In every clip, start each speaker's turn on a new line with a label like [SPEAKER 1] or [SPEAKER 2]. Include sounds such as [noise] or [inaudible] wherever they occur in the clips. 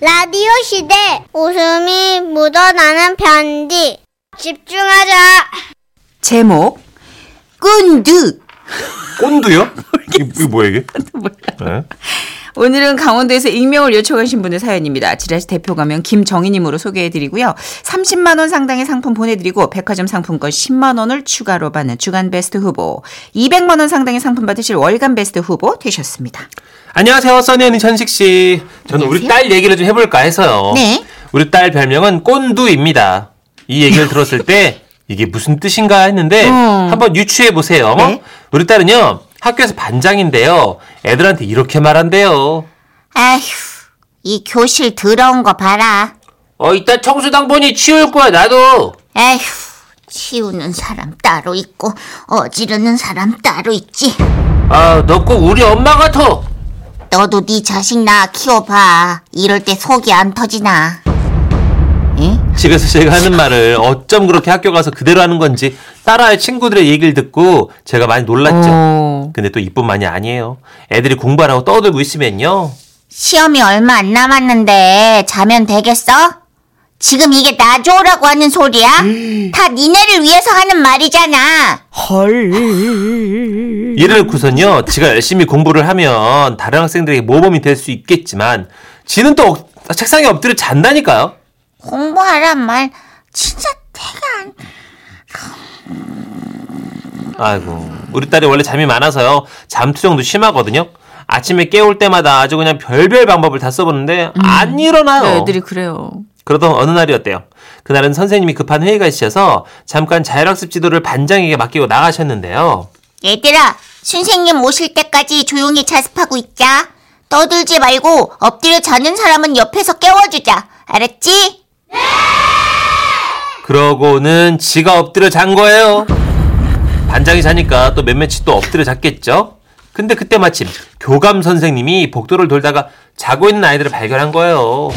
[SPEAKER 1] 라디오 시대 웃음이 묻어나는 편지 집중하자
[SPEAKER 2] 제목 꼰득
[SPEAKER 3] 꼰두요? 이게, 이게 뭐야 이게? 네.
[SPEAKER 2] 오늘은 강원도에서 익명을 요청하신 분의 사연입니다. 지라시 대표 가면 김정희님으로 소개해드리고요. 30만 원 상당의 상품 보내드리고 백화점 상품권 10만 원을 추가로 받는 주간 베스트 후보, 200만 원 상당의 상품 받으실 월간 베스트 후보 되셨습니다.
[SPEAKER 3] 안녕하세요, 써니 언니 천식 씨. 저는 우리 딸 얘기를 좀 해볼까 해서요.
[SPEAKER 2] 네.
[SPEAKER 3] 우리 딸 별명은 꼰두입니다. 이 얘기를 들었을 때 이게 무슨 뜻인가 했는데
[SPEAKER 4] 음.
[SPEAKER 3] 한번 유추해 보세요.
[SPEAKER 2] 네.
[SPEAKER 3] 우리 딸은요 학교에서 반장인데요. 애들한테 이렇게 말한대요.
[SPEAKER 4] 아휴, 이 교실 더러운 거 봐라.
[SPEAKER 3] 어 이따 청소당 보니 치울 거야 나도.
[SPEAKER 4] 아휴, 치우는 사람 따로 있고 어지르는 사람 따로 있지.
[SPEAKER 3] 아너 꼭 우리 엄마 같아.
[SPEAKER 4] 너도 네 자식 나 키워봐. 이럴 때 속이 안 터지나.
[SPEAKER 3] 집에서 제가 하는 말을 어쩜 그렇게 학교 가서 그대로 하는 건지 딸아이 친구들의 얘기를 듣고 제가 많이 놀랐죠.
[SPEAKER 2] 오.
[SPEAKER 3] 근데 또 이뿐만이 아니에요. 애들이 공부 안 하고 떠들고 있으면요.
[SPEAKER 4] 시험이 얼마 안 남았는데 자면 되겠어? 지금 이게 나줘라고 하는 소리야? 다 니네를 위해서 하는 말이잖아.
[SPEAKER 3] 이를 놓고선요. 지가 열심히 공부를 하면 다른 학생들에게 모범이 될 수 있겠지만 지는 또 억- 책상에 엎드려 잔다니까요.
[SPEAKER 4] 공부하란 말 진짜 되게 안
[SPEAKER 3] 아이고 우리 딸이 원래 잠이 많아서요. 잠투정도 심하거든요. 아침에 깨울 때마다 아주 그냥 별별 방법을 다 써보는데 안
[SPEAKER 2] 음.
[SPEAKER 3] 일어나요.
[SPEAKER 2] 네, 애들이 그래요.
[SPEAKER 3] 그러던 어느 날이었대요. 그날은 선생님이 급한 회의가 있으셔서 잠깐 자율학습 지도를 반장에게 맡기고 나가셨는데요.
[SPEAKER 4] 얘들아, 선생님 오실 때까지 조용히 자습하고 있자. 떠들지 말고 엎드려 자는 사람은 옆에서 깨워주자. 알았지?
[SPEAKER 3] 그러고는 지가 엎드려 잔 거예요. 반장이 자니까 또 몇몇이 또 엎드려 잤겠죠? 근데 그때 마침 교감 선생님이 복도를 돌다가 자고 있는 아이들을 발견한 거예요.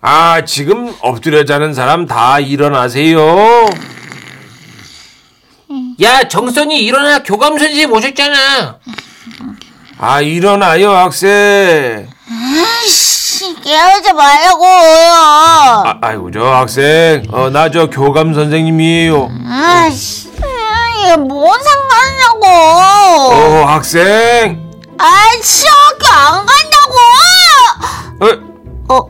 [SPEAKER 3] 아, 지금 엎드려 자는 사람 다 일어나세요. 야, 정선이 일어나. 교감 선생님 오셨잖아. 아, 일어나요, 학생.
[SPEAKER 4] 깨우지 말라고요.
[SPEAKER 3] 아, 아이고, 저 학생. 어, 나 저 교감 선생님이에요.
[SPEAKER 4] 아이씨, 이게 뭔 상관이냐고.
[SPEAKER 3] 어 학생
[SPEAKER 4] 아이, 씨, 학교 안
[SPEAKER 3] 어,
[SPEAKER 4] 간다고. 어,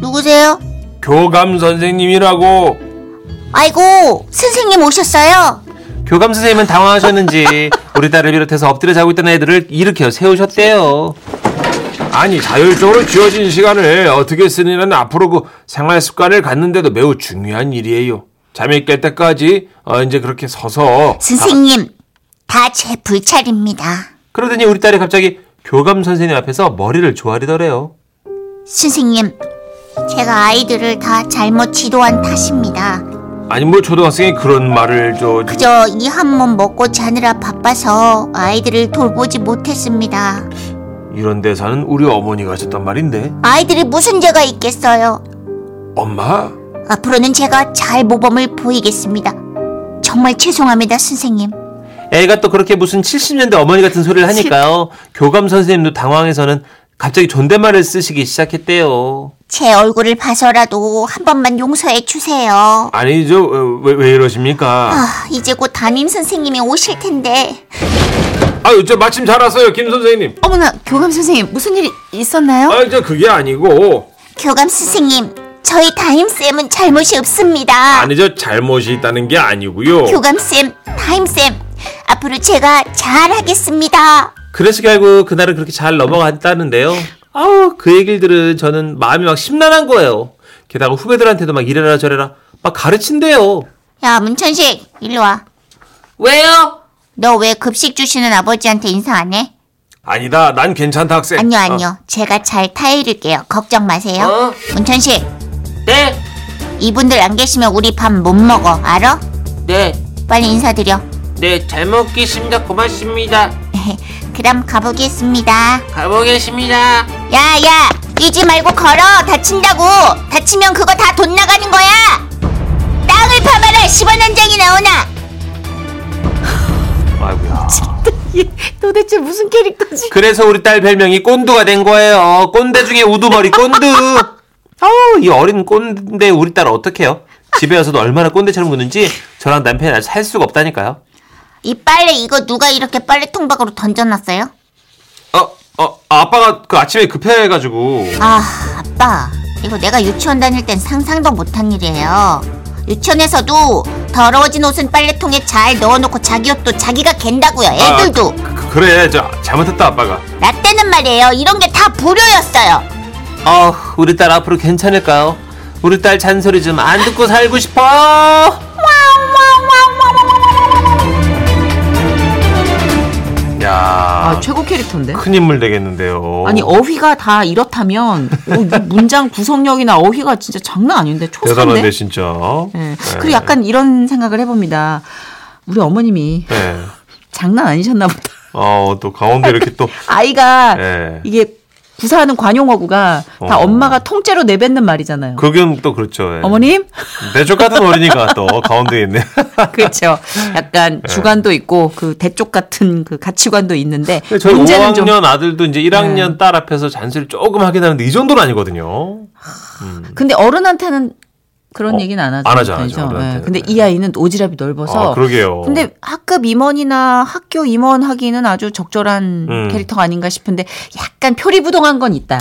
[SPEAKER 4] 누구세요?
[SPEAKER 3] 교감 선생님이라고
[SPEAKER 4] 아이고, 선생님 오셨어요.
[SPEAKER 3] 교감
[SPEAKER 5] [laughs]
[SPEAKER 3] 선생님은 당황하셨는지 우리 딸을 비롯해서 엎드려 자고 있던 애들을 일으켜 세우셨대요
[SPEAKER 5] 아니 자율적으로 주어진 시간을 어떻게 쓰느냐는 앞으로 그 생활 습관을 갖는데도 매우 중요한 일이에요. 잠이 깰 때까지 어, 이제 그렇게 서서
[SPEAKER 4] 선생님, 다 제 불찰입니다.
[SPEAKER 3] 그러더니 우리 딸이 갑자기 교감 선생님 앞에서 머리를 조아리더래요
[SPEAKER 4] 선생님, 제가 아이들을 다 잘못 지도한 탓입니다.
[SPEAKER 5] 아니 뭐 초등학생이 그런 말을 저
[SPEAKER 4] 그저 이 한 몸 먹고 자느라 바빠서 아이들을 돌보지 못했습니다.
[SPEAKER 5] 이런 대사는 우리 어머니가 하셨단 말인데
[SPEAKER 4] 아이들이 무슨 죄가 있겠어요?
[SPEAKER 5] 엄마
[SPEAKER 4] 앞으로는 제가 잘 모범을 보이겠습니다. 정말 죄송합니다, 선생님.
[SPEAKER 3] 애가 또 그렇게 무슨 70년대 어머니 같은 소리를 하니까요 교감 선생님도 당황해서는 갑자기 존댓말을 쓰시기 시작했대요
[SPEAKER 4] 제 얼굴을 봐서라도 한 번만 용서해 주세요.
[SPEAKER 5] 아니 저 왜 이러십니까?
[SPEAKER 4] 아, 이제 곧 담임 선생님이 오실 텐데.
[SPEAKER 5] 아유 저 마침 잘 왔어요 김 선생님.
[SPEAKER 2] 어머나, 교감 선생님, 무슨 일이
[SPEAKER 4] 어?
[SPEAKER 2] 있었나요?
[SPEAKER 5] 아저 그게 아니고
[SPEAKER 4] 교감 선생님, 저희 담임쌤은 잘못이 없습니다.
[SPEAKER 5] 아니 저 잘못이 있다는 게 아니고요.
[SPEAKER 4] 교감쌤, 타임쌤, 앞으로 제가 잘하겠습니다.
[SPEAKER 3] 그래서 결국 그날은 그렇게 잘 넘어갔다는데요. 아우 그 얘기를 들은 저는 마음이 막 심란한 거예요. 게다가 후배들한테도 막 이래라 저래라 막 가르친대요.
[SPEAKER 4] 야, 문천식, 일로 와.
[SPEAKER 3] 왜요?
[SPEAKER 4] 너 왜 급식 주시는 아버지한테 인사 안 해?
[SPEAKER 5] 아니다 난 괜찮다 학생.
[SPEAKER 3] 어.
[SPEAKER 4] 아니요, 아니요. 제가 잘 타이를게요. 걱정 마세요. 문천식,
[SPEAKER 3] 네,
[SPEAKER 4] 이분들 안 계시면 우리 밥 못 먹어. 알아?
[SPEAKER 3] 네,
[SPEAKER 4] 빨리 인사드려.
[SPEAKER 3] 네, 잘 먹겠습니다. 고맙습니다.
[SPEAKER 4] [laughs] 그럼 가보겠습니다.
[SPEAKER 3] 가보겠습니다.
[SPEAKER 4] 야, 야! 뛰지 말고 걸어! 다친다고! 다치면 그거 다 돈 나가는 거야! 땅을 파봐라! 10원 한 장이 나오나!
[SPEAKER 3] 아이고야.
[SPEAKER 2] 얘 도대체 무슨 캐릭터지?
[SPEAKER 3] 그래서 우리 딸 별명이 꼰두가 된 거예요. 꼰대 중에 우두머리 꼰두. 어우, 이 어린 꼰대 우리 딸 어떡해요? 집에 와서도 얼마나 꼰대처럼 구는지 저랑 남편이 아직 살 수가 없다니까요.
[SPEAKER 4] 이 빨래 이거 누가 이렇게 빨래 통박으로 던져놨어요?
[SPEAKER 5] 어, 어, 아빠가 그 아침에 급해가지고.
[SPEAKER 4] 아, 아빠. 이거 내가 유치원 다닐 땐 상상도 못한 일이에요. 유치원에서도 더러워진 옷은 빨래통에 잘 넣어놓고 자기 옷도 자기가 갠다고요. 애들도.
[SPEAKER 3] 아,
[SPEAKER 5] 그, 그래, 저 잘못했다 아빠가.
[SPEAKER 4] 나 때는 말이에요. 이런 게 다 불효였어요.
[SPEAKER 3] 아, 우리 딸 앞으로 괜찮을까요? 우리 딸 잔소리 좀 안 듣고 살고 싶어.
[SPEAKER 5] 야,
[SPEAKER 2] 아, 최고 캐릭터인데.
[SPEAKER 5] 큰 인물 되겠는데요.
[SPEAKER 2] 아니 어휘가 다 이렇다면 어, 이 문장 구성력이나 어휘가 진짜 장난 아닌데
[SPEAKER 5] 대단한데
[SPEAKER 2] 초사인데.
[SPEAKER 5] 진짜.
[SPEAKER 2] 예.
[SPEAKER 5] 네.
[SPEAKER 2] 그리고 약간 이런 생각을 해봅니다. 우리 어머님이
[SPEAKER 5] 네.
[SPEAKER 2] 장난 아니셨나 보다. [laughs]
[SPEAKER 5] 어, 또 가운데 이렇게 또.
[SPEAKER 2] 아이가
[SPEAKER 5] 예.
[SPEAKER 2] 이게 구사하는 관용어구가 다
[SPEAKER 5] 어.
[SPEAKER 2] 엄마가 통째로 내뱉는 말이잖아요.
[SPEAKER 5] 그건 또 그렇죠. 예.
[SPEAKER 2] 어머님? [laughs]
[SPEAKER 5] 내쪽 같은 어린이가 또 가운데 있네.
[SPEAKER 2] 그렇죠. 약간
[SPEAKER 5] 네.
[SPEAKER 2] 주관도 있고 그 대쪽 같은 그 가치관도 있는데
[SPEAKER 5] 저희
[SPEAKER 2] 문제는 좀 예.
[SPEAKER 5] 5학년 아들도 이제 1학년 딸 앞에서 잔소리를 조금 하긴 하는데 이 정도는 아니거든요.
[SPEAKER 2] 근데 어른한테는 그런
[SPEAKER 5] 어,
[SPEAKER 2] 얘기는 안 하죠.
[SPEAKER 5] 안 하죠, 안 하죠,
[SPEAKER 2] 그죠?
[SPEAKER 5] 어른한테는. 네.
[SPEAKER 2] 예, 근데 이 아이는 오지랖이 넓어서
[SPEAKER 5] 아, 그러게요.
[SPEAKER 2] 근데 학급 임원이나 학교 임원 하기는 아주 적절한
[SPEAKER 5] 음.
[SPEAKER 2] 캐릭터가 아닌가 싶은데 약간 표리부동한
[SPEAKER 5] [laughs]
[SPEAKER 2] 건 있다.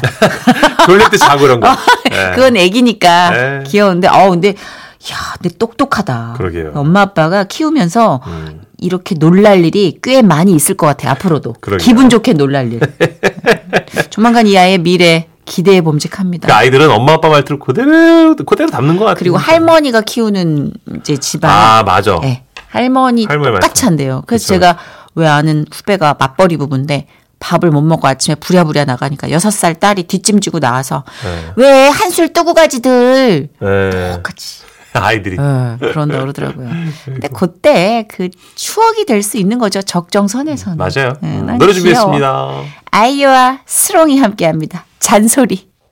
[SPEAKER 5] 졸릴 때 자고
[SPEAKER 2] [laughs]
[SPEAKER 5] 이런 거.
[SPEAKER 2] 아,
[SPEAKER 5] 예.
[SPEAKER 2] 그건 애기니까
[SPEAKER 5] 네.
[SPEAKER 2] 귀여운데 어 근데 야, 근데 똑똑하다.
[SPEAKER 5] 그러게요. 음.
[SPEAKER 2] 엄마 아빠가 키우면서 이렇게 놀랄 일이 꽤 많이 있을 것 같아 앞으로도.
[SPEAKER 5] 그러게요.
[SPEAKER 2] 기분 좋게 놀랄 일. [laughs] 조만간 이 아이의 미래 기대에 범직합니다.
[SPEAKER 5] 그러니까 아이들은 엄마 아빠 말 들고 그대로 그대로 담는 것 같아요.
[SPEAKER 2] 그리고 할머니가 키우는 이제 집안
[SPEAKER 5] 아 맞아.
[SPEAKER 2] 예. 할머니
[SPEAKER 5] 할머니
[SPEAKER 2] 똑같이
[SPEAKER 5] 말씀.
[SPEAKER 2] 한대요. 그래서
[SPEAKER 5] 그쵸.
[SPEAKER 2] 제가 왜 아는 후배가 맞벌이 부부인데 밥을 못 먹고 아침에 부랴부랴 나가니까 여섯 살 딸이 뒷짐지고 나와서
[SPEAKER 5] 네.
[SPEAKER 2] 왜 한술 뜨고 가지들
[SPEAKER 5] 예.
[SPEAKER 2] 같이
[SPEAKER 5] 아이들이
[SPEAKER 2] 예, 그런다 그러더라고요. 근데 그때 그 추억이 될 수 있는 거죠. 적정선에서는.
[SPEAKER 5] 맞아요. 음,
[SPEAKER 2] 예, 난
[SPEAKER 5] 노래
[SPEAKER 2] 귀여워.
[SPEAKER 5] 준비했습니다.
[SPEAKER 2] 아이유와 스롱이 함께합니다. 잔소리.